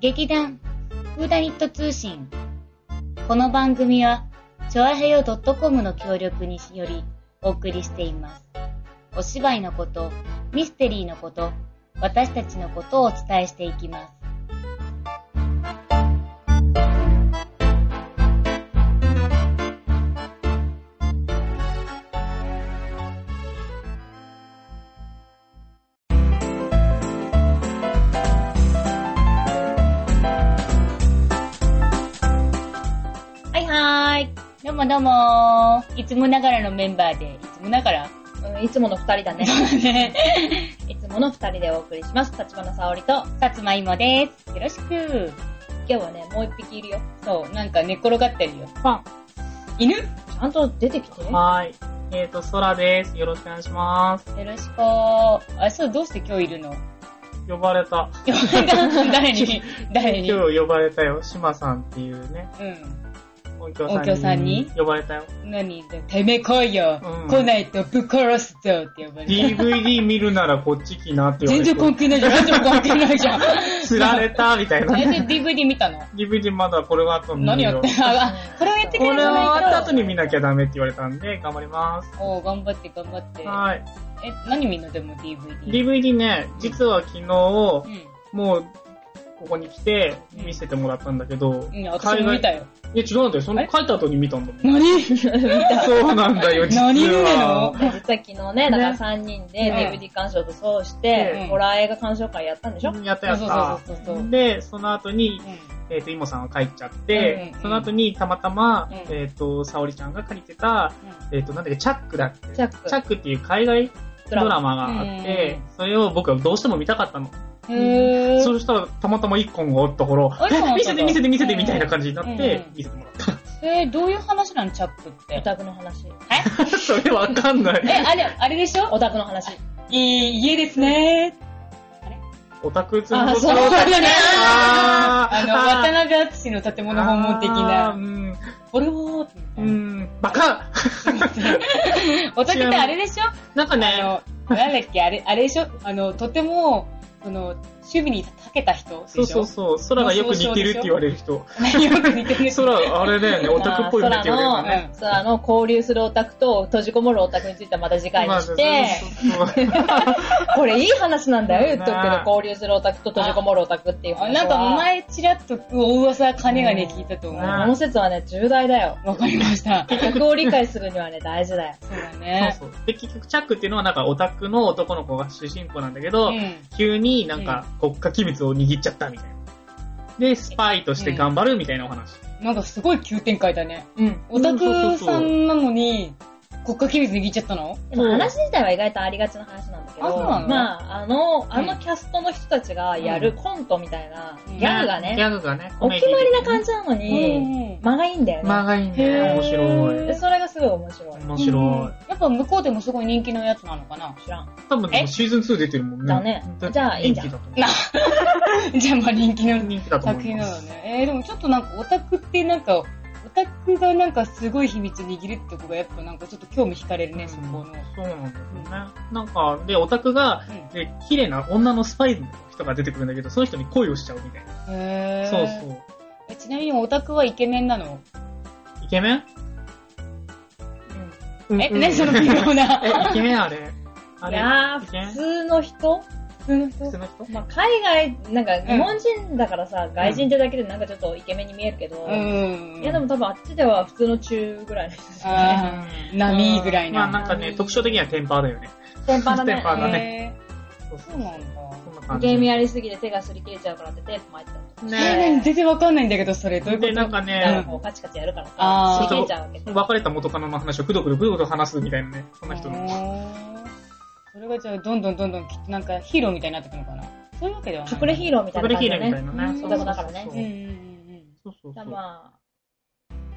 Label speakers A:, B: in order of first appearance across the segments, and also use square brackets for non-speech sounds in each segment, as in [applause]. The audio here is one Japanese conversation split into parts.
A: 劇団フーダニット通信この番組はチョアヘヨ .com の協力によりお送りしていますお芝居のことミステリーのこと私たちのことをお伝えしていきますはいはーいどうもどうもいつもながらのメンバーでいつもながら
B: うんいつもの二人だね。
A: ね
B: [laughs] いつもの二人でお送りします。立花沙織と、
A: さつまいもですよろしく
B: 今日はね、もう一匹いるよ。
A: そうなんか寝転がってるよ
C: ファン。
A: 犬よ
B: ちゃんと出てきて。
C: はーい。えっ、ー、と、ソラです。よろしくお願いします。
A: ろしくあそうどうして今日いるの [laughs]
C: 呼ばれた。
A: 誰に誰にう
C: 今日呼ばれたよ。シマさんっていうね、
A: ん
C: 音響さんに。
A: 音響さんに
C: 呼ばれたよ。
A: 何てめえ来いよ、
C: うん
A: 来ないとぶっ殺すぞって呼ばれて
C: DVD 見るならこっち来なって言
A: 全
C: われて。
A: 然関係ないじゃん。あんたも関係ないじゃん。
C: [laughs] 釣られたみたいな。
A: 全然 DVD 見たの
C: DVD まだこれは後見
A: 何
C: る
A: や
C: よ
A: って。んのあ、これをやってく
C: こ
A: れ
C: れ
A: る
C: は
A: ない
C: 終わった後
A: と。
C: に見なきゃダメって言われたんで、頑張ります。
A: おう頑張って頑張って。
C: はい。
A: え、何見んのでも DVD。
C: DVD ね、実は昨日、
A: う
C: も
A: ん。
C: う、ここに来て、見せてもらったんだけど、
A: うん、私も見たよ。
C: え、違うんだよ。そ
A: あ
C: の
A: れ
C: 書いた後に見たんだもん。
A: 何
C: そうなんだよ、実は。
A: 何見るの
B: 実は昨日ね、だから三人で
A: ね
B: DVD 鑑賞とそうし
A: う
B: て
A: ん、
B: ホラー映画鑑賞会やったんでしょ
C: やったやっ
A: そう
C: た。
A: そうそうそうそう
C: で、その後に、
A: う
C: えっ、と、イモさんは帰っちゃって、
A: うんうん
C: その後にたまたま、
A: うん
C: えっ、と、沙織ちゃんが借りてた、
A: んうん
C: えっ、と、なんだっけ、チャックだっけ
B: チャック
C: チャックっていう海外ドラマがあって、それを僕はどうしても見たかったの。
A: へー。
C: そしたら、たまたま1個がおったから、
A: あれ
C: え見せて見せて見せて
A: うん
C: みたいな感じになって、
A: うん
C: 見せてもらった。 [laughs]
A: えー、どういう話なのチャックって
B: オ。タクの話。
C: それわかんな
A: え、
C: い。
A: あれ、あれでしょ
B: オタクの話。
A: いい家ですね
C: オタク通
B: あ
A: そうだね。
C: あ
A: あの、
C: ー
A: 渡辺淳の建物訪問的
C: あー
A: な
C: う。ん。
A: これは、
C: う
A: うん、
C: ん。バカ
A: おたけってあれでしょ
C: なんかね、
A: あの、なんだっけ、あれ、あれでしょあの、とても、その、守備に長けた人でし
C: そ
A: ょ
C: うそうそう、空がよく似てるって言われる人。
A: う。よく似てる。
C: 空、あれだ
B: [laughs]
C: よね、オタクっぽいよねって言われるよね。
A: うん
B: そう、あの、交流するオタクと閉じこもるオタクについてはまた次回にして、
C: まあそうそうそう
B: これいい話なんだよ、言っとくけ
C: ね
B: ど、交流するオタクと閉じこもるオタクっていう話は。
A: なんか前、ちらっと大噂、金がね、聞いたと思う。
C: うん
A: わ
B: この説はね、重大だよ。
A: かりました。
B: 客を理解するにはね、大事だよ。
A: そうだね。
C: そうそうで、結局、チャックっていうのはなんかオタクの男の子が主人公なんだけど、
A: ん。
C: 急になんか国家機密を握っちゃったみたいな。で、スパイとして頑張るみたいなお話。
A: なんかすごい急展開だね。
B: うん。
A: オタクさんなのに、国家機密握っちゃったの
B: でも話自体は意外とありがちな話なんだけど、
A: あそうなの
B: まあ、あの、あのキャストの人たちがやるコントみたいな、
A: うん
B: ギャグが
C: ギ
B: ね、
C: ャグがね、
B: お決まりな感
C: じ。
B: じなの
A: う
B: に、
A: ん
B: 間がいいんだよね。
C: 間がいいね。面白
B: で、
C: い。
B: それがすごい面白い。
C: 面白
A: やっぱ向こうでもすごい人気のやつなのかな
B: 知らん。
C: い。多分でもシーズン2出てるもんね。
B: だねじゃあいいんじゃん
C: 人気だと思
A: じゃあまあ人気
C: う
A: の
C: 人気だと思
A: 作
C: い
A: 品
C: ま
A: な
C: す
A: のね。えー、でもちょっとなんかオタクってなんか、オタクがなんかすごい秘密握るってとこがやっぱなんかちょっと興味惹かれるね、そこの。うん。
C: そうなんだよね。なんか、で、オタクが、で、綺麗な女のスパイの人が出てくるんだけど、その人に恋をしちゃうみたいな。
A: へー
C: そうそう。
A: えちなみにオタクはイケメンなの
C: イケメンうん
A: え、
C: う
A: [laughs]
C: ん
A: 何その微妙な。
C: え、イケメンあれあ
B: い
C: れ
B: やー、
C: イケメン
B: 普通の人
A: 普通の人
C: 普通の人
B: まあ、海外、なんか日本人だからさ、外人ってだけでなんかちょっとイケメンに見えるけど、
A: うん。
B: いやでも多分あっちでは普通の中ぐらいの人ですよね。
A: あー、波ぐらい
C: まあ
A: な。
C: なんかね、特徴的にはテンパーだよね。
B: 先輩だね。
C: 先輩あだね
A: へ
C: そう
A: ーそうなんだ。
C: そんな感じ。
B: ゲームやりすぎて手が擦り切れちゃうからってテープ巻いてたの。
A: えー何
C: ね
A: 全然わかんないんだけど、それ。どういうこ
C: で、
A: と
C: なんか
B: だから
C: ね、
B: こうカチカチやるからさ、
A: あー
B: 擦り切れちゃうわけで。
C: 別れた元カノの話をくどくどくどくど話すみたいなね、そんな人の。
A: の。それがじゃあ、どんどんどんどんきっとなんかヒーローみたいになってくのかな。そういうわけではない。
B: 隠れヒーローみたいな
C: 隠れ
B: 感
C: ヒ
B: じ
C: ーロ
B: だ
C: ーみたい
B: ね。
C: な
A: うん
C: ね。
A: そうだ
B: だからね
C: そ
A: うん
C: う
A: うん
C: そうそう
B: だ
C: そ
B: から
C: う。
B: まあ、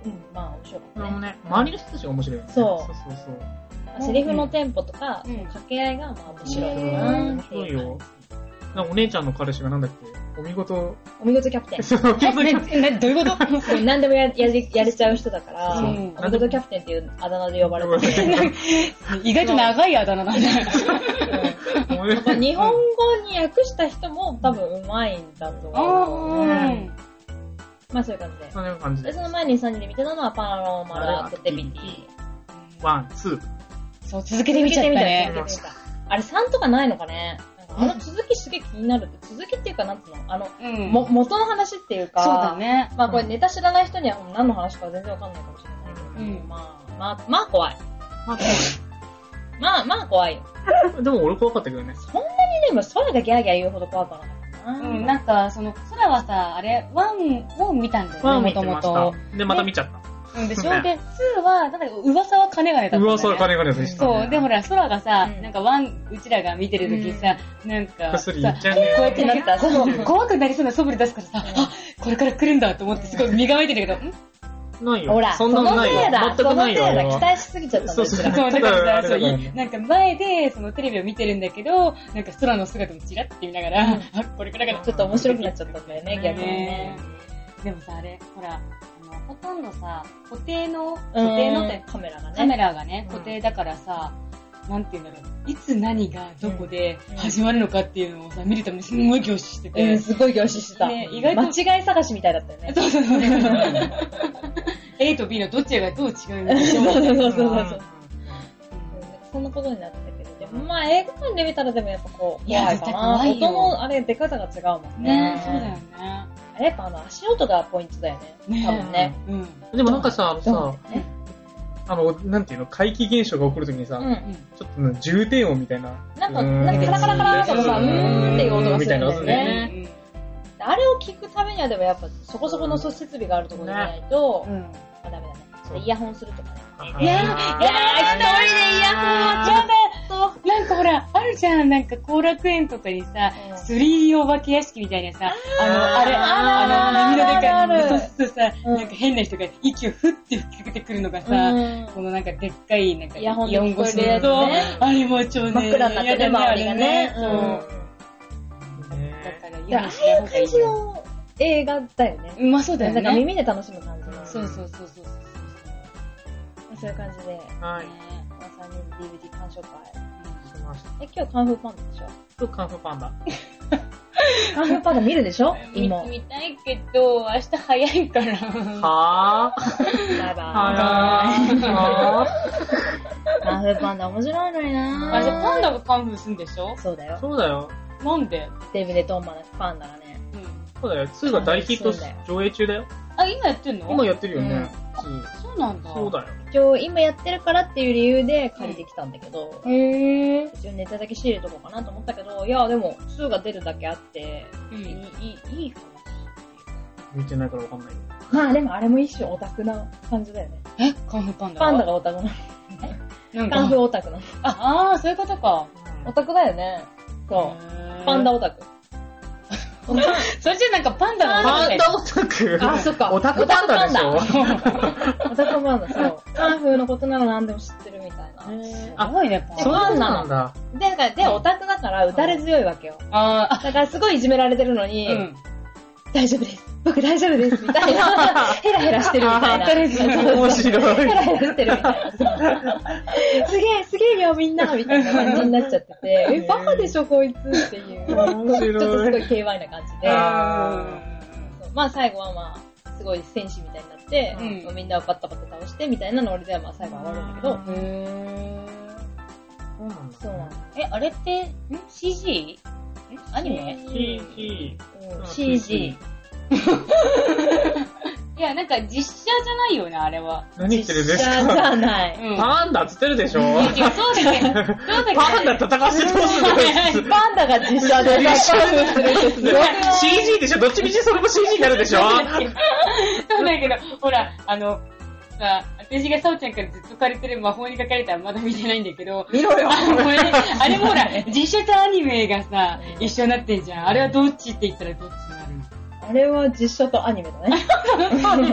B: うん、まあ面白か
C: こ
B: っ
C: れ
B: た
C: も
B: ね。
C: ね、周りの人たちが面白いよね。
B: そう
C: そうそうそう。
B: セリフのテンポとか、
A: うん
B: 掛け合いがまあ面白い
A: うん
B: なっていう感じ。
C: 面白いよなんかお姉ちゃんの彼氏がなんだっけお見事、
B: お見事キャプテン。
C: [laughs] その
A: え、ね、ね、どういうこと
B: もう何でもややれやれちゃう人だから、
A: そう
B: お見事キャプテンっていうあだ名で呼ばれてて。
A: 意外と長いあだ名なんだ。
C: [laughs]
B: やっぱ日本語に訳した人も多分うまいんだと思う。
A: うん
B: まあそういう感じで。
C: そんな感じ
B: で、
C: で
B: その前に3人で見てたのはパラマルアクティビティ。
C: ワン、ツー。
A: そう、続けてみちゃったね。
C: 続けてみた
B: あれ3とかないのかねなんかあの続きすげえ気になるって、続きっていうかなんつうのあの、
A: うん
B: も、元の話っていうか、
A: そうだね。
B: まあこれネタ知らない人には何の話か全然わかんないかもしれないけど、
A: うん
B: まあ、まあ、まあ怖い。
C: ま
B: まあ、まあ怖いよ。
C: あ、でも俺怖かったけどね。
B: でも空がギャーギャー言うほど怖くなかったかな。
A: うん、なんか、その、空はさ、あれ、ワンを見たんだ
C: ワ
A: よ
C: ン
A: ね、
C: 見
A: もとも
C: てまし
A: と。
C: た。で、また見ちゃっ
A: うん、でしょ
C: ね
A: で、ツーは、なんか噂は金がねだ
C: た。
A: ったんだよね。
C: 噂は金がねでしたね。
A: そう、でほら、空がさ、
B: うん
A: なんかワン、うちらが見てる時さ、なんか、
C: ぐっ
A: さ
C: すり
A: こ
C: 言っちゃうね
A: うやってなった、
B: うん
A: そう、怖くなりそうな素振り出すからさ、あ、これから来るんだと思ってすごい身構えてるけど、ん
C: ないよ。
B: ほら、
C: そんなのない
B: その
C: よ
B: せいだ。。
C: 全くないよ。
B: そのせい
C: あれ
B: だ。
C: は
B: 期待しすぎちゃったん
C: そう
B: です
C: そ
B: ら。
C: う
A: そう、だから
C: た
A: さ、
C: だ
A: そ
C: あ
A: う
C: れだから
A: いなんか前で、そのテレビを見てるんだけど、なんか空の姿もチラッて見ながら、
B: うん
A: あ、これからかな。
B: ちょっと面白くなっちゃったんだよね、逆にね。
A: でもさ、あれ、ほら、あの、ほとんどさ、固定の、固
B: 固定
A: 定の
B: の
A: っ
B: って
A: て、
B: カメラがね。
A: カメラがね、
B: うん
A: 固定だからさ、なんて言うんだろう。いつ何がどこで
B: うん
A: 始まるのかっていうのをさ、見るためにすんごい凝視してて。
B: うん、すごい凝視してた。
A: ね意外と
B: 間違い探しみたいだったよね。
A: そうそうそう。A と B のどっちがどう違うのか
B: [laughs] そうそうそう
C: う
B: そ
C: ん
B: うそう。そんなことになってたけど、でもまあ映画館で見たらでもやっぱこう、
A: いや
B: 怖いかな。
A: 絶対怖いよ
B: 音のあれ出方が違うもんね。
A: ねそうだよね。
B: あれやっぱあの足音がポイントだよね。
A: ね
B: 多分ね。
A: うん。
C: でもなんかさ、あのさ、
B: ね
C: あの、なんていうの、怪奇現象が起こるときにさ、
B: うん。
C: ちょっとね重低音みたいな。
B: なんか、
C: うーん
B: なんかカラカラカラーとかさ、う
A: うん
B: ーんっていう音がするんだ
C: みたいな
B: よ
C: 音
B: ね。
C: ね
B: あれを聞くためにはでもやっぱそこそこの設備があるところじゃないと、
A: うん。うん。
B: まあダメだね。
C: そう
B: イヤホンするとかね。
A: いやー、いやー、一
C: あ
A: 人でイヤホンちょっ
B: と、
A: となんかほら、あるじゃん、なんか後楽園とかにさ、
B: うん
A: 3D お化け屋敷みたいなさ、あの、あれ、
B: あるある
A: あの、耳ので
B: あるある
A: かい、そうするとさ、
B: うん
A: なんか変な人が息をふって吹きかけてくるのがさ、このなんかでっかい、なんか、
B: イヤホンで聞こえるやつね
A: と、あれもちょう
B: 真っ暗になってね、周りがね。
A: そう。
C: ー
A: だ
C: ね
A: から、
B: いや、ああいう感じ
A: よ。
B: の映画だよね。
A: まあそうだ
B: なん
A: よ
B: か
A: ね。
B: 耳で楽しむ感じの。
A: そうそうそうそうそう。
B: そういう感じで、
C: はい。
A: ね
B: まあ、3人 DVD 鑑賞会。
C: しました。
B: え、今日カンフーパンダでしょ
C: と、カンフーパンダ。
B: カンフーパンダ見るでしょ
A: 見
B: 今。
A: 見たいけど、明日早いから。
C: はぁ
B: バイ
C: は
B: バ
C: ぁは
B: イ。カンフーパンダ面白いのにな
A: あ、じゃあパンダがカンフーすんでしょ
B: そうだ
C: ぁ
B: よ。
C: そうだよ。
A: なんで
B: デブでトンマのパンダがね。
A: うん。
C: そうだよ。2が大ヒットし上映中だよ。
A: あ、今やってんの
C: 今やってるよね。
A: そうなんだ。
C: 2。そうだよ。
B: 一応今やってるからっていう理由で借りてきたんだけど、
A: へぇ
B: 一応ネタだけ仕入れとこうかなと思ったけど、いや、でも2が出るだけあって、
A: う
B: いい
A: ん。、
B: いい、いい話。
C: 見てないからわかんないよ。
B: まあでもあれも一種オタクな感じだよね。
A: えカンフーパンダ
B: パンダ
A: が
B: がオタクなの。
A: なん
B: カン
A: か
B: フーオタクなの。
A: ああー、そういうことか。
B: オタクだよね。そう。
A: う
B: パンダオタク。
A: それじゃなんかパンダの
C: パン
A: だ
C: ダオタク
B: あそっか
C: オタクパンダでし
B: オ
C: ょ
B: オタクパンダ、そう。カンフーのことなら何でも知ってるみたいな。
A: すごいね、パン
B: あ
A: ダ。
C: そういうこと
B: パ
C: な
B: ン
C: んだ。
B: で、だからで、オタクだから打たれ強いわけよ。
A: あーあ、
B: だからすごいいじめられてるのに、
A: うん。
B: 大丈夫です。僕大丈夫です。みたい [laughs] な。ヘラヘラしてるみたいな。
A: あー彼氏
C: 面白い
B: ヘ。ラヘラしてるみたいな。すげえ、すげえよ、みんなみたいな感じになっちゃってて、え、バカでしょ、こいつっていう。ちょ
C: 面
B: っとす
C: 白
B: ご
C: い。
B: い KY な感じで。
C: あ
B: そうまあ最後はまあ、すごい戦士みたいになって、
A: うん
B: まあみんなをバッタバタ倒してみたいなノリでまあ最後は終わるんだけど、
A: へー
C: そうなんだ。
B: そうなんだ
A: え、あれって、ん ?CG? んアニメ
C: CG。
B: うん
A: CG。いや、なんか実写じゃないよね、あれは。
C: 何言ってるんで
B: 実
C: す
B: 写じ
C: か
B: ゃな
A: う
B: い。
A: ん。
C: パンダっつってるでしょ
A: いやそうだけど、そうだけど。
C: パンダ叩かせてほしいんだよ。
B: パンダが実写で
C: 実写
B: パンダがするんですよ
C: CG でしょどっちみちそれも CG になるでしょ
A: そうだけど、ほら、あの、さあ、私がさおちゃんからずっと借りてる魔法に書かれたらまだ見てないんだけど、
B: 見ろよ
A: あのこれあれもほら、実写とアニメがさ、一緒になってんじゃん。あれはどっちって言ったらどっちになるの
B: ああれは実写とアニメだね。あれ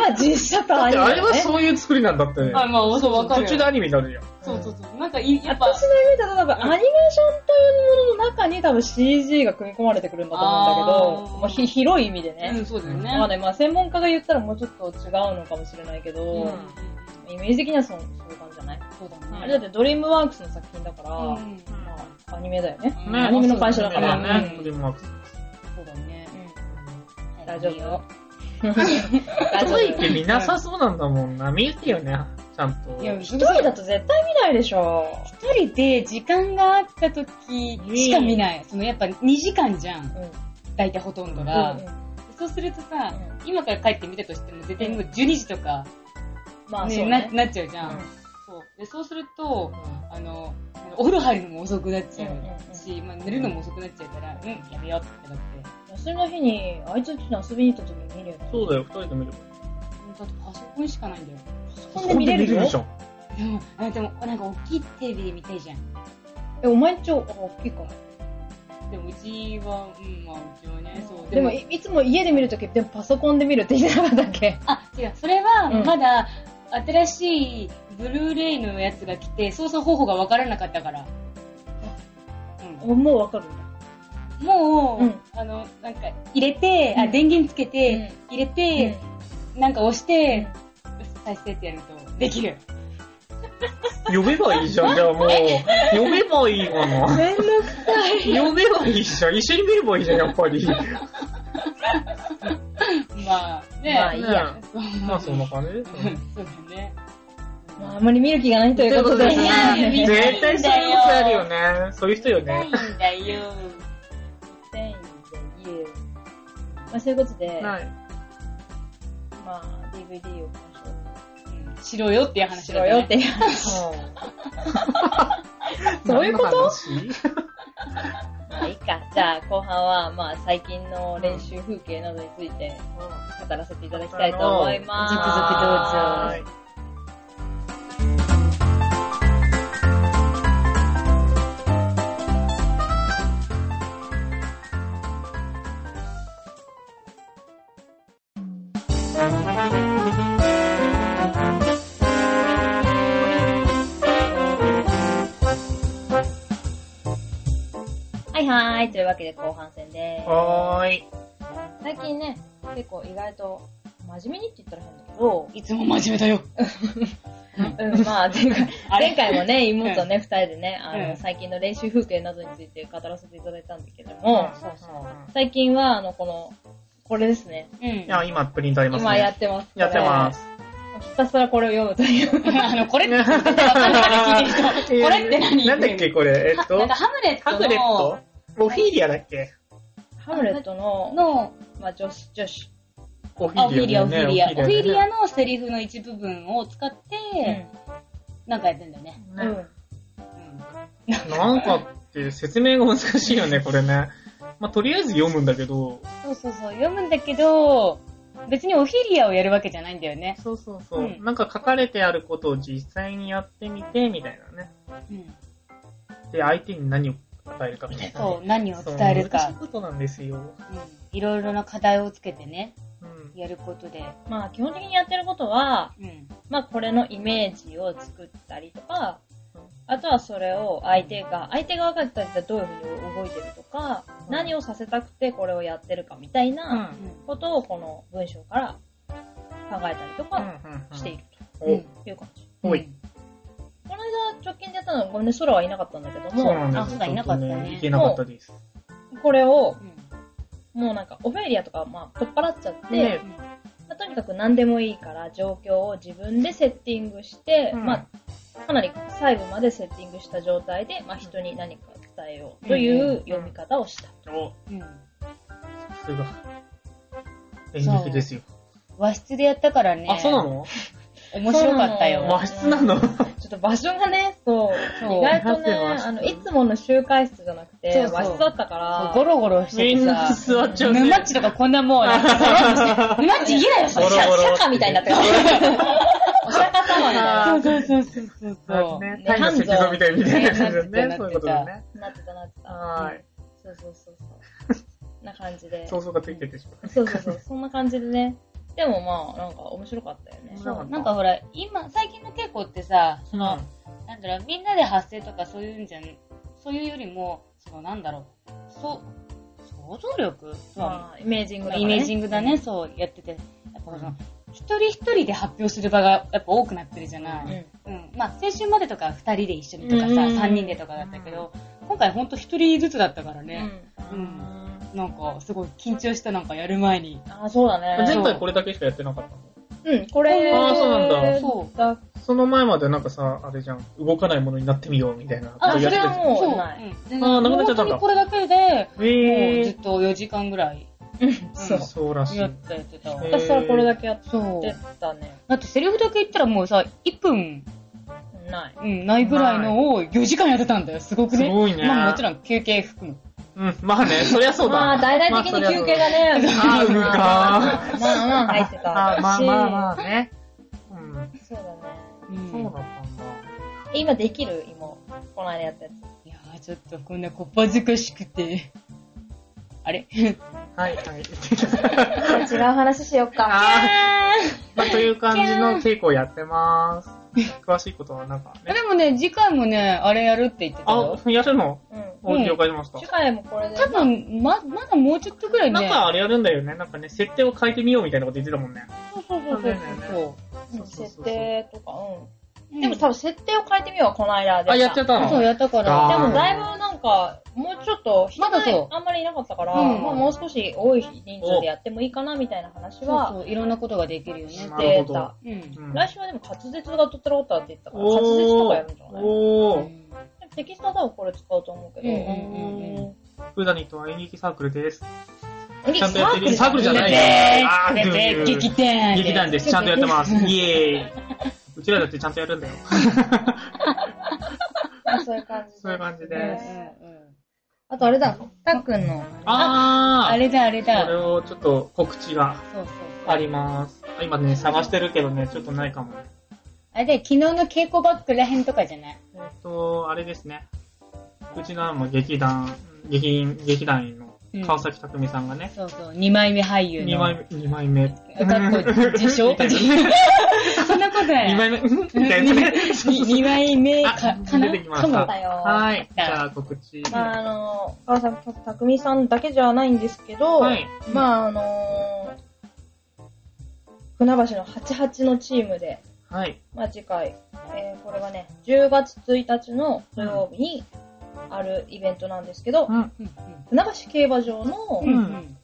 B: は実写と
C: だ
B: ア
C: っ
B: ニ
C: て
B: メ
C: あ
B: だ
C: れ
B: ね。
C: はそういう作りなんだって。
D: あ、まあ、そう、わかる
C: 途
D: よ。
C: 中でアニメになるじゃん。
D: そうそうそう。なんかい、やっぱ、
B: 私のイメージだと多分アニメーションというものの中に多分 CG が組み込まれてくるんだと思うんだけ
D: あ
B: ど
D: ー、
B: まあ、ひ広い意味でね。
D: うん、そうだよね。
B: まあね、まあ専門家が言ったらもうちょっと違うのかもしれないけ
D: うん、
B: ど、イメージ的にはそうそういう感じじゃない
D: そうだ
B: あ
D: ね。
B: れだってドリームワークスの作品だから、
D: うん
B: まあアニメだよね。
D: うん
C: ね
B: アニメの会社だから
C: ねね
B: うん
C: でも、
A: そうだね。
B: 大丈夫よ。大
C: とはいっ
B: 夫
C: て見なさそうなんだもんな。見えてよね、ちゃんと。
A: いや、
B: 一
A: 一
B: 人だと絶対見ないでしょ。
A: 人で時間があった時しか見ない。そのやっぱ2時間じゃん。
B: うん
A: 大体ほとんどが。そうするとさ、
B: う
A: 今から帰ってみたとしても絶対もう12時とか、
B: まあ
A: ね
B: そう
A: な
B: ね。
A: なっちゃうじゃん。
B: うん
A: そうでそうすると、あの、お風呂入るのも遅くなっちゃうし、まあ、寝るのも遅くなっちゃうから、うん、やめようってなって。
B: 休みの日に、あいつんちに遊びに行った時に見るよね。
C: そうだよ、二人で見る。
A: だってパソコンしかないんだよ。
B: そんで見れる
C: そんで見れる
B: よ
C: じ。ゃん。
A: でも、あでもなんか大きいテレビで見たいじゃん。
B: え、お前んちょ、あ大きいかも。
A: でもうちは、うん、まあうちはね、そう。
B: でも、いいつも家で見るとき、でもパソコンで見るって言ってなかったっけ
A: あ、違う、それは
B: うん
A: まだ、新しいブルーレイのやつが来て、操作方法が分からなかったから。うん
B: もうわかるんだ。
A: もう、
B: うん
A: あの、なんか、入れて、
B: う
A: あ、
B: ん
A: 電源つけ
B: う
A: て
B: ん、
A: 入れて、なんか押して、再生ってやると、できる。
C: 呼べばいいじゃん、じゃあもう。呼べばいいかな。
B: めんどくさい。
C: 呼べばいいじゃん。一緒に見ればいいじゃん、やっぱり。
A: まあ、ね。
B: まあいいや
A: ねそう
C: まあ、そんな感じですよね。
A: そうだね。
B: まああんまり見る気がないということで。
C: ということで
B: はい
A: 見たいんだよ
C: 絶対そういうことあるよね。そういう人よ
A: ない
C: ね
A: ん。だよ。
B: まあそういうことで、ま
C: はい。
B: あ DVD を鑑賞
A: うんしろよっていう話
B: し
A: だ
B: ろよ
A: ね。
B: っていう。そういうこと
C: 何の話
B: まあいいか。じゃあ後半は、まあ最近の練習風景などについて語らせていただきたいと思います。
A: 続々どうぞ
C: はい
B: はいはい。というわけで後半戦です。
C: はーい。
B: 最近ね、結構意外と真面目にって言ったら変だけど、
A: いつも真面目だよ。
B: うん、まあ、前回、
A: あれ
B: 前回もね、妹とね、二人でね、あ
A: う
B: の、
A: ん
B: 最近の練習風景などについて語らせていただいたんだけども、
C: そうそう。
B: 最近は、あの、この、これですね。
A: うん
C: い。や、今プリントありますね。
B: 今やってます。。
C: やってますす。
B: ひたすらこれを読むとい
A: [laughs]
B: う。
A: あの、これって言ってたら分かんないから聞いてる人。これって何
C: なんだっけ、これ。えっ
A: なん
C: と
A: か、ハムレット
C: ハ
A: の
C: グレットオフィーリアだっけ
B: [laughs] ハムレットの、
A: の、
B: まあ、女子、女子。
C: オフ
A: あオフィリア、オフ
C: だ
A: ィ
C: よね
A: リア。オフィリア
C: ね
A: のセリフの一部分を使って、なんかやってんだよね。
B: う
C: ね
B: ん。
A: うん
C: なんかって説明が難しいよね、これね。まあ、とりあえず読むんだけど。
A: そうそうそう、読むんだけど、別にオフィリアをやるわけじゃないんだよね。
C: そうそうそう。
A: うん
C: なんか書かれてあることを実際にやってみて、みたいなね。
A: うん。
C: で、相手に何を与えるかみたいなね、
A: そう、何を伝える
C: そう難しい
A: か。
C: ことなんですよ。
A: うんいろいろな課題をつけてね、
C: うん。
A: やることで。
B: まあ、基本的にやってることは、
A: うん。
B: まあ、これのイメージを作ったりとか
C: うん、
B: あとはそれを相手が、相手側がだいたいどういうふうに動いてるとか、
C: うん
B: 何をさせたくてこれをやってるかみたいな
A: うん
B: ことをこの文章から考えたりと
C: うん
B: かしている
C: うんうん。
B: という感じ。
C: お、おい。
B: この間直近でやったのは、ごめんね、空はいなかったんだけど
C: そうな
B: も、
C: んです
A: あそうだいなかったね
C: いけなかったです。
B: これを
A: う、ん。
B: もうなんか、オフェリアとか、まあ、取っ払っちゃって、
C: ね
B: まあとにかく何でもいいから状況を自分でセッティングして、
C: うん
B: まあ、かなり細部までセッティングした状態で、まあ、人に何か伝えようという読み方をした。
C: お、
A: うん。
C: さすが。演劇ですよ。
A: 和室でやったからね。
C: あ、そうなの
A: 面白かった
B: そう
A: よ。
C: 和室なの
B: ちょっと場所がね、そう、
A: そう
B: 意外とね、
C: 和室
B: あの、いつもの集会室じゃなくて、
A: そうそう
B: 和室だったから、
A: ゴロゴロして
C: み
A: て
C: んな
A: さ。
C: 座っちゃうね。
A: 沼っちとかこんなもう、なんかそろっとして、沼っち家だよ、それ。
C: ゴロゴロ
B: シャカみたいになってる。お釈迦様みたいな。
C: あー
A: そうそうそうそう
C: そうね
B: ね
C: タイの石像みたいみたいな感じだ
A: 半蔵
C: ね。そういうことだね。
B: なってたなってた。
C: はーい。
B: そうそうそうそう。な感じで。
C: 想像がついてってしまう。
B: そうそうそう、そんな感じでね。でもまあ、なんか面白かったよね
C: 面。白
A: そ
C: か
A: う
C: った
A: なんかほら、今、最近の稽古ってさ、その、
C: う
A: なんだろう、みんなで発声とかそういうんじゃん、そういうよりも、その、なんだろう、そう、想像力とは、
B: まあ、イメージングだから
A: イメージングだね、そうやってて、やっぱその、一人一人で発表する場がやっぱ多くなってるじゃな
B: う
A: い。
B: ん。
A: うん、まあ、先週までとか2人で一緒にとかさ、
D: うん
A: 3人でとかだったけど、今回ほんと1人ずつだったから
B: う
A: ね、
B: ん。
C: ん
A: なんかすごい緊張したなんかやる前に。
B: あー、そうだね。
C: 前回これだけしかやってなかったの
B: うん、これ。
C: あーそうなんだ
A: そ
B: だ
C: その前までなんかさ、あれじゃん、動かないものになってみようみたいなこと
B: あ、
C: や
B: そ
C: ってたじ
B: れ
C: ゃん
B: はも
A: そう
B: うない。
A: うん、
C: あーなくなっちゃったん
A: 本
C: だ
A: 当にこれだけで、もうず
C: え
A: っと4時間ぐらい
B: そう
A: う。
C: そうらしい
A: や。ったやってたわ
B: ひ
C: へー
B: たすらこれだけやっ
A: そう。
B: てたね。
A: だってセリフだけ言ったらもうさ、1分、
B: ない。
A: うん、ないぐらいのを4時間やってたんだよ。すごく
C: す
A: ね。
C: ごいね。
A: まあもちろん休憩含む。
C: うん、まあね、そりゃそうだ。
B: まあ、大々的に休憩がね、
C: まあそりゃ
B: まあまあ入ってた
C: そうだ。あまあまあ
B: あ。
C: まあね。うん、
B: そうだね。
A: うん
C: そうだったんだ。
B: え今できる今。この間やったやつ。
A: いやーちょっとこんなこっぱずかしくて。あれ
C: はい、 [laughs] はい。
B: 違う話しよっか。
C: あーまあ、という感じの稽古をやってます。詳しいことはなんかね。
A: でもね、次回もね、あれやるって言ってた
C: あ
A: よ。、
C: やるの
B: うん。
C: お了解しました
B: 次。回もこれで。
A: 多分、ま、まだもうちょっとぐらいね。
C: なんかあれやるんだよね。なんかね、設定を変えてみようみたいなこと言ってたもんね。
A: そうそうそうそうそ
B: うん
C: そうそう
B: 設
C: そう
B: 定とか、
A: う。
B: うん。でも多分設定を変えてみよう、この間で。
C: あ、やっちゃった
A: そう
C: の
A: やったか
C: あ
A: ら。
B: で
C: ー
B: もだいぶなんか、もうちょっと人が、
A: まだそう
B: あんまりいなかったから、
A: うん
B: まあもう少し多い人数でやってもいいかなみたいな話
A: そう
B: は
A: そう、いろんなことができるよね。
B: し
C: なる
B: て
C: ほ
B: た
C: ど。
A: うん。
C: うん
B: 来週はでも滑舌がとってらこったって言ってたから、滑舌と
C: お
B: か
C: ー
B: やるんじゃない
C: おー。
B: テキストは多分これ使うと思うけど。
A: うん
C: 普段にとは演劇サークルです。
B: ち
C: ちゃんとやってる。サークルじゃないあー
A: で、
C: ぐー
A: 劇団
C: 劇団です。ちゃんとやってます。イエーイ。うちらだってちゃんとやるんだよ。
B: そういう感じ。
C: そういう感じ
A: うんうん
C: で
A: うん
B: あとあれだ、たっくんの。
C: あー。
A: あれだ、あれだ。
C: これ
A: そう
C: をちょっと告知が
A: そうそう。
C: あります。今ね、探してるけどね、ちょっとないかも。
A: あれで、昨日の稽古バッグらへんとかじゃない
C: えっと、あれですね。うちのも劇団、劇員、劇団員の川崎匠さんがね、
A: そうそう、二枚目俳優の。
C: 2枚目、二枚目。
A: だっ
C: [laughs]
A: こ自称
C: みたいな
A: [laughs] そんなことない。
C: 2枚目、 [laughs] うんみたいなね。そうそう
A: 二枚目か、
C: あ
A: かな
C: 出てきま
A: か
C: した
A: も。
B: だよ。
C: はい。じゃあ告知。
B: まああの、川崎たくみさんだけじゃないんですけど、
C: はい。
B: まああの、船橋の88のチームで、
C: はい。
B: まあ次回、えーこれはね、10月1日の土曜日にあるイベントなんですけど、
C: うん。
B: 船橋競馬場の,、
A: うんうん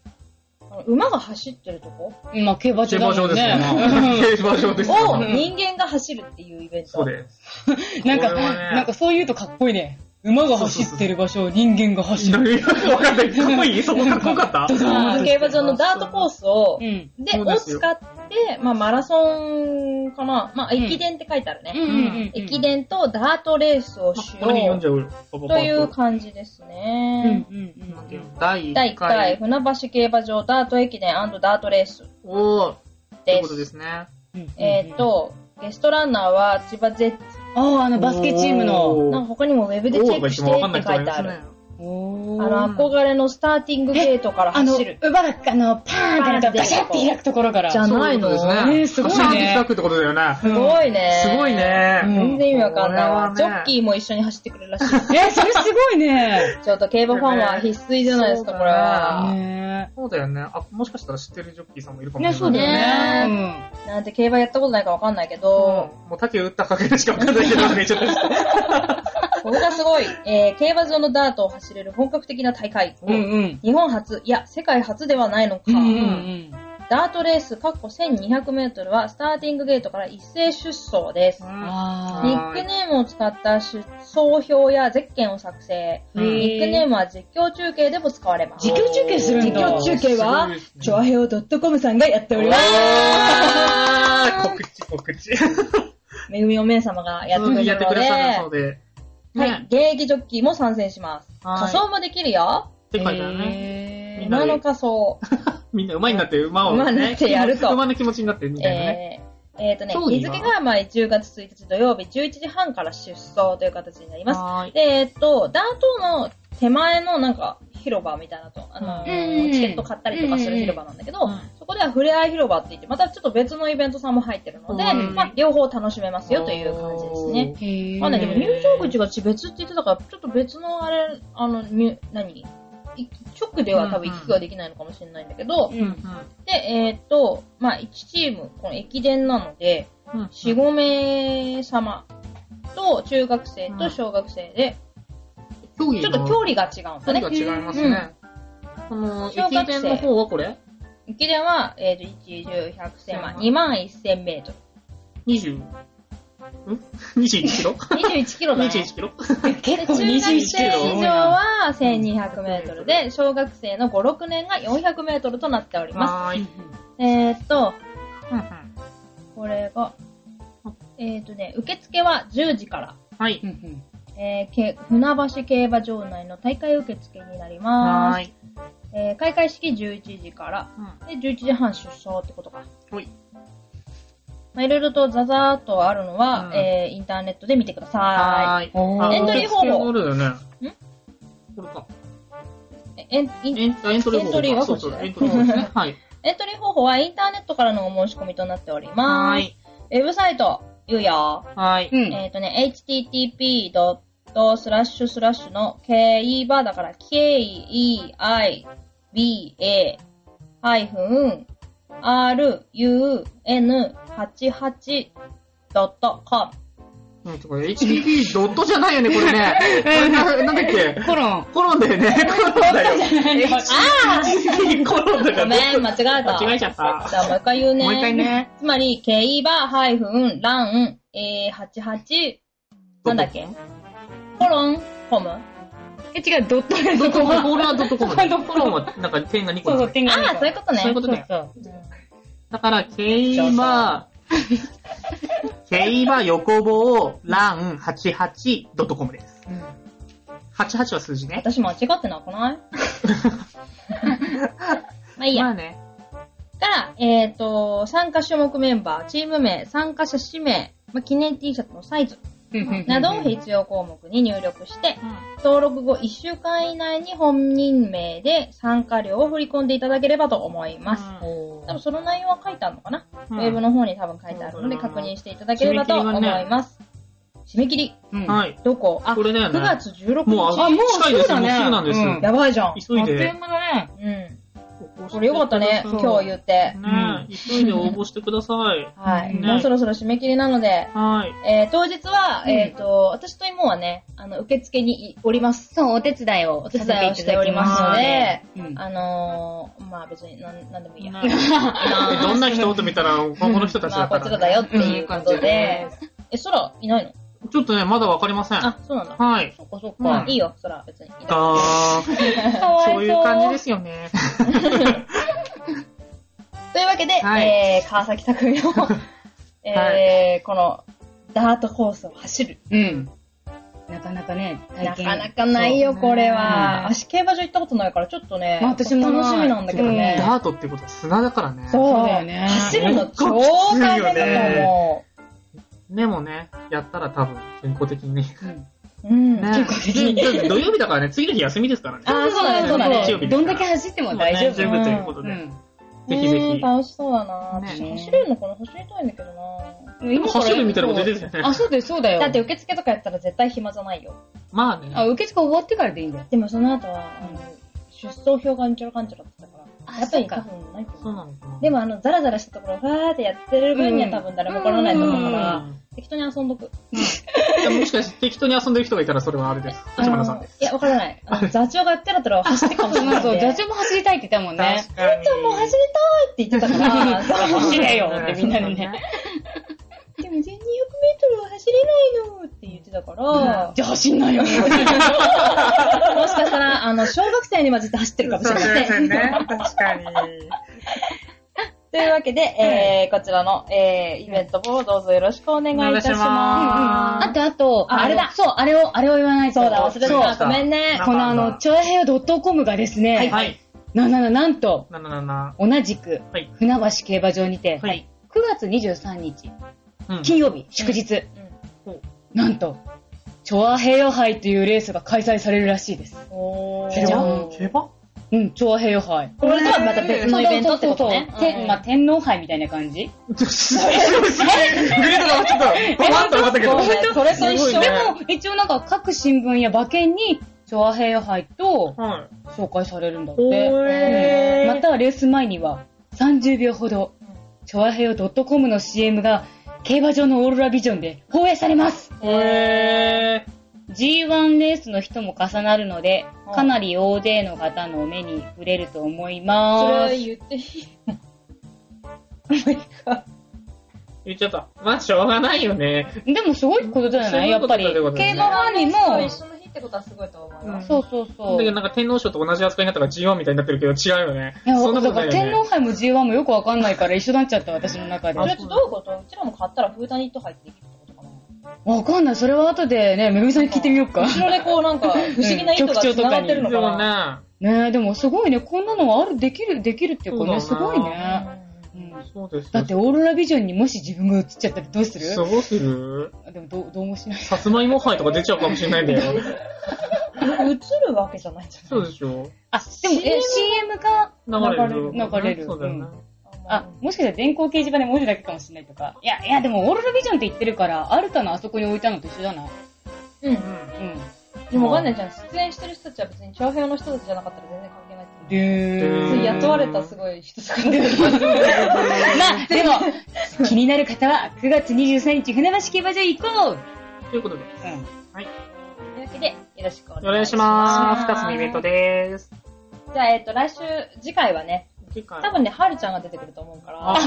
B: あの馬が走ってるとこ
A: うん。まあ、競馬
C: 競
A: 場だ
C: 馬場
A: もん
C: ですよ
A: ね。
C: ね。 [laughs] 競馬場ですよ
B: を
C: ね。
B: 人間が走るっていうイベント。
C: そうです。
A: なんか、
C: これはね
A: なんかそう言うとかっこいいね。馬が走ってる場所を人間が走る。
C: わかんない。かっこいいそこかっこよかった
B: まあ競馬場のダートコースを
A: う、ん。
B: で、
C: そう
B: を
C: です
B: 使
C: よ
B: って、まあマラソンかな。まあ
A: うん
B: 駅伝って書いてある
A: うん
B: ね。
A: うんうん。
B: 駅伝とダートレースをし
C: これに
B: よ
C: 読ん
B: う
C: じゃうよ。パパパッと
B: という感じです
A: うん
B: ね。
A: うんうん。
C: 第
B: 第
C: 1
B: 1回、
C: 回
B: 船橋競馬場ダート駅伝ダートレース
C: を、とい
B: で
C: うこと
B: す。
C: ですね。
A: うん
B: えっ、、と、ゲストランナーは千葉ゼッツ。
A: ああ、あのバスケチームの。
C: お
B: なんか他にもウェブでチェックしてって書いてある。
A: お
B: あの、
A: ー
B: 憧れのスターティングゲートから
A: あの、
B: 走る。
A: 馬が、あの、パーンってなんかバシャって開くところから。
B: じゃないの
C: そう
A: ねえすごいね
C: 走ってたくってことだよね。
B: すごいね。
C: すごい。ね。
A: うん
B: 全然意味わかんないわ。
C: こ
B: ジ
C: れ
B: ョ
C: はね
B: ッキーも一緒に走ってくれ [laughs] るらしい。
A: え、それすごいね。
B: ちょっと競馬ファンは必須じゃないですか、
C: そう
B: こ
C: だね
B: れは。
A: ね
C: そうだよね。あ、もしかしたら知ってるジョッキーさんもいるか
A: え。
C: もしれ
A: ね、
C: ない。
A: そうだよね。うん
B: なんて競馬やったことないかわかんないけど、
C: もう竹打ったかけでしかわかんないけど、めちゃくちゃ。
B: これがすごい。えー競馬場のダートを走れる本格的な大会。
A: うんうん。
B: 日本初、いや、世界初ではないのか。
A: うんうん
B: ダートレース、括弧1200メートルは、スターティングゲートから一斉出走です。
A: うん。
C: あ
A: あ
B: ニ
A: ー
B: ックネームを使った出走表やゼッケンを作成。
C: うん
A: へー
B: ニックネームは実況中継でも使われます
A: 実。況中継するんだ
B: 実況中継は、チョア
C: い
B: ヘオ .com さんがやっております。
C: わ告知、告知。
B: [laughs] めぐみお姉様がやってくれ
C: や
B: る
C: って
B: の
C: く
B: で、
C: ださる
B: は
C: ので。
B: い、現役ジョッキーも参戦します。
C: はい
B: 仮装もできるよ。
C: って書いてあるね。
A: へ
C: みんな
B: 馬の仮装。
C: みんな馬になって馬をね。
B: 馬になってやると
C: 馬の気持ちになってみたいなね。
B: えーえーとね、
C: 競技
B: 日
C: は
B: 付が前10月1日土曜日11時半から出走という形になります。
C: はーい。
B: で、えっと、ダートの手前のなんか広場みたいなと、あの
A: うん
B: チケット買ったりとかする広場なんだけど、
E: うん
B: そこではふれあい広場って言って、またちょっと別のイベントさんも入ってるので、
E: うん
B: まあ、両方楽しめますよという感じですね。
A: へ
B: まあね、でも入場
A: 口
B: 口が別って言ってたから、ちょっと別のあれ、あの、入何い直では多分行き来ができないのかもしれないんだけど、
A: うん。
B: で、えーっと、まあ、1チーム、この駅伝なので、
E: うん
B: 4、5名様と中学生と小学生で、
C: 競技
B: ちょっと
C: の
B: 距離が違うんだ
C: 距離
B: ね。
C: が違いますね。この、
B: 小学生
C: 駅伝の方はこれ
B: 駅伝は、えーっと、1、10、100、1000、まあ、
C: うん
B: 2万1000メー
C: [laughs]
B: ト
C: ?20? ん ?21
B: [laughs]
C: キロ
B: ル。21キロだね。
C: ?21 キロ
B: で中学生以
C: 21キロ
B: 上は1200メートルで、小学生の5、6年が400メートルとなっておりま
C: はーい。
B: す。えーっと、
E: うんうん
B: これが、えーっとね、受付は10時から。
C: はい。
B: えーけ船橋競馬場内の大会受付になりま
C: は
B: す。
C: ーい。
B: えー開会式11時から、で、11時半出走ってことか。
C: ほい。
B: まあ、いろいろとザザーっとあるのは、
C: うん
B: えーインターネットで見てくださ
C: はーい。
A: お
B: エント
A: ー。
B: リーフォーム
C: あ受付があるよね。
B: ん
C: これか。
B: い。えエンイン
C: エンあエントリー
B: エ
C: フォームか。
B: ントリーは
C: そ
B: こ
C: う
B: っち
C: そう、
B: だ
C: エ
B: ね
C: ントリーフォームですね。はい。
B: エントリー方法はインターネットからのお申し込みとなっておりま
C: は
B: す。
C: ーい。
B: ウェブサイト、言うよ。
C: はーい。
A: うん。
B: えっ、とね、http. スラッシュスラッシュの keiba だから keiba ハイフン run88.com
C: うんこれ HTTP ドットじゃないよね、これね。これななんだっけ
A: コロン。
C: コロンだよね。コロンだよ。HTTP コロンだ
B: ご
C: から。
B: めん、間違えた。
C: 間違えちゃった。
B: じゃあもう一回言うね。
C: もう一回ね。
B: つまり、keiba-run88 なんだっけコロンコム
A: え、違う、ドットで
C: ド
A: そ
C: ット
A: こ
C: コム、
A: は。
C: これはドットコムだ。コロンはなんか点が2個
A: そうそ
C: ついて
A: う、手
C: る
A: が
B: あ
A: 見えた
B: あ、そういうことね。
C: そういうことだよ。
A: そう
C: だから、ケイバー、ケイバー横棒、ラン、88、ドットコムです。
A: うん
C: 88は数字ね。
B: 私間違ってなく
C: [laughs]
B: ないまあいいや。
C: まあね。
B: から、えっ、と、参加種目メンバー、チーム名、参加者氏名、まあ、記念 T シャツのサイズ
A: うん
B: などを必要項目に入力して、登録後1週間以内に本人名で参加料を振り込んでいただければと思います。
A: お
B: 多分
A: ー
B: その内容は書いてあるのかな、
C: う
B: ウ
C: ん
B: ェブの方に多分書いてあるので
C: そうだな
B: 確認していただければと思います。締め切り,、
A: うん
C: はい。
B: どこあ、
C: これだよね
B: 9月16日。
C: もう、あ
A: もう
C: 近いです。
A: そうだ
C: もう
A: ね
C: すぐなんです。
A: うん
B: やばいじゃん。
C: 急い
A: あっという
C: で。
A: 間だね。
B: うん。
C: 応募して
B: これよかったね、
C: ください
B: 今日言って。
C: ねえ急いで応募してください。
B: はい。
A: ね
B: もうそろそろ締め切りなので、
C: はい。
B: えー、当日は、
A: うん
B: えっ、と、私と妹はね、あの、受付にいおります。
A: そう、お手伝いを
B: お手伝いをしておりますので、
A: うん
B: あのー、まあ別になん、なんでもいいや。 [laughs]
C: ねえどんな人と見たら、この人たち
B: ま
C: だ
B: あこ
C: か
B: っちら
C: ら。
B: だよっていうことで、え、空いないの
C: ちょっとね、まだわかりません。
B: あ、そうなんだ。
C: はい。
B: そっかそっか。
C: うん
B: いいよ、空別に。いいよ
A: か
C: あー、
A: わい
C: そ
A: そう
C: ういう感じですよね。
B: というわけで、
C: はい
B: えー、川崎匠 [laughs] の、えー
C: は
B: この、ダートコースを走る。
A: うん。なかなかね、体
B: な
A: 験。
B: かなかないよ、
C: そう
B: これ
C: う
B: は。
C: ん
B: 足競馬場行ったことないから、ちょっとね、
A: まあ私もない
B: 楽しみなんだけどね。
C: ダートってことは砂だからね。
B: そう
A: そうだよね
B: 走るの超大変だと思
C: でもね、やったら多分、健康的にね。
A: うん。
B: う。うん。
C: ね
A: 健康的にね
C: でで土曜日だからね、次の日休みですからね。
B: あーそうだねそうだね
C: 日曜日です
A: ど
C: から
A: んだけ走っても大丈
C: そう
A: 夫。
C: ね大丈夫ということ
A: う
C: で。
A: ん。
C: ぜひぜ
B: ねえ
C: ひ。
B: 楽しそうだな、
C: ね
B: 私走れるのかな走りたいんだけどな
A: でも
C: 走るみたいなこと出てたよね
A: あ、。そうだよ、そうだよ。
B: だって、受付とかやったら絶対暇じゃないよ。
C: まあ
A: あ、
C: ね。
A: 受付終わってからでいいんだよ。
B: でもその後は、あの出走表がうんちょろかんちょろって言ってたから、
A: あ
B: やっぱり
A: そうか
B: 多分ないと
C: そ
B: 思
C: う
B: う。
C: なのかな。
B: でもあの、ザラザラしたところをふわーってやってる分には多分誰も怒らないと思うか
A: う
B: ら、
C: ん
B: 適当に遊んどく。
C: いやもしかして適当に遊んでる人がいたらそれはあれです。
B: あ
C: 立
B: の
C: 花さんです。
B: いや、わからない。あの座長がやってるとら走ってるかもしれないんで。
A: そう、座
B: 座長
A: 長も走りたいって言ったもんね。
C: かに。
B: も走りたいって言ってた [laughs] から、そう
A: 走れよってみんなでね。
B: でも全200メートルは走れないのって言ってたから、
A: じゃあ走んない [laughs] よ。
B: もしかしたら、あの、小学生に混じって走ってるかもしれない。
C: んね。確かに。
B: というわけで、えー、こちらの、えー、イベントをどうぞよろしくお願いいたし
C: お願いしま
B: ます。
A: あと、あと、
B: ああれだ
A: そう、あれを、あれを言わないと。
B: そうだ、忘れて
C: そう
B: た。ご
C: だ
B: めんね。
A: このあの、ちょいへよ .com がですね、
C: はい。
A: な、な、な、なんと、
C: なななな。
A: 同じく、
C: はい
A: 船橋競馬場にて、
C: はい。
A: 9月23日、
C: うん
A: 金曜日、祝日、
B: うん
A: なんと、チョアヘヨ杯というレースが開催されるらしいです。
B: お
A: じゃ
B: ー
A: ん
C: 競馬
A: うん、チョアヘヨ杯。
B: これとはまた別のイベントってことね
A: そうそうそうそう
B: うん
A: てまあ、天皇杯みたいな感じ
C: すげえ、グレードが上がっちゃった。わーンと上がったけど。
B: ごめん
A: それと一
C: すご
A: 緒。
C: いね
A: でも、一応なんか各新聞や馬券に、チョアヘヨ杯と
C: はい。
A: 紹介されるんだっ
C: お
A: て。
C: え
A: ま
C: ー。
A: たはレース前には、30秒ほど
B: ん、
A: チョアヘヨ .com の CM が、競馬場のオーロラビジョンで放映されます
C: おえ
A: G1 レースの人も重なるので
B: は、い
A: かなり大勢の方の目に触れると思い
B: それ
A: ま
B: は
A: す。
B: 言っていい
C: ー。言っちゃった。まあ、しょうがないよね。
A: でもすごいことじゃない
C: す
A: や
C: ご
A: っ
C: いこと
A: ぱ
C: だ
A: り。
C: と
A: 競
C: いう
A: 馬
C: こと
A: フ
C: だね
A: ァンに
B: そう
A: も、
B: 一緒の日ってことはすごいと思い
C: うん
B: ます。
A: そうそうそ
C: だ
A: う。
C: け
A: い
C: どなんか天皇賞と同じ扱いになったから G1 みたいになってるけど違うよね。
A: や、
C: そんなこ
A: だ
C: とな
A: か
C: い
A: ら
C: よ
A: 天皇
C: ね。
A: 杯も G1 もよくわかんないから一緒になっちゃった私の中で。
B: それ
A: わ
B: ってどういうことうちらも買ったらフータニット入ってできるってことかな
A: かんない。それは後でね、めぐみさんに聞いてみようか。
B: 後ろでこうなんか、不思議な糸が繋がってる
C: で
B: のか
C: も
B: な。
C: な、
A: ねえ、でもすごいね。こんなのはある、できる、できるっていうかね、す
C: そうだ
A: ご
C: ない
A: ね。うん
C: そうですよ。
A: だってオーロラビジョンにもし自分が映っちゃったらどうする
C: すごする
A: でもどう、どうもしない。
C: さつまいも杯とか出ちゃうかもしれないんだよ。
B: 映るわけじゃないんじゃ
C: そ
B: な
C: う
B: い
C: でしょ
A: あ、でも、え、CM が、
C: 流れる。
A: 流れる
C: そうだよね。
A: あ、もしかしたら電光掲示板で文字だけかもしれないとか。いや、いや、でもオーロラビジョンって言ってるから、アルタのあそこに置いたのと一緒だな。
B: うん。
C: う
A: うん。
B: でもわかんないじゃん。出演してる人たちは別に長編の人たちじゃなかったら全然関係ない。
A: で
C: ー
B: 普通に
A: ー
B: 雇われたすごい人とかで。う
A: まあ、でも、 [laughs] 気になる方は、9月23日、船橋競馬場行こう、
C: ん。ということで、
A: うん、
B: というわけで、よろしくお
C: お願
B: 願
C: い
B: いし
C: し
B: ま。
C: ますす。二つのイベントでーす。
B: じゃあ、えっと、来週、次回はね、
C: 次回
B: 多分ね、はるちゃんが出てくると思うから、ま
C: あ
B: あ、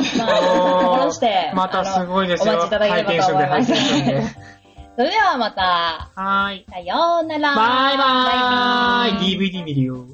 B: 心して、
C: またす
B: あの
C: ごいですよ。
B: お待ちいただければと思います
C: 体験するんで配信するんで。
B: それではまた、
C: はーい。
B: さようなら。
C: バイバ
B: バイバ
C: ーイ !DVD 見るよ。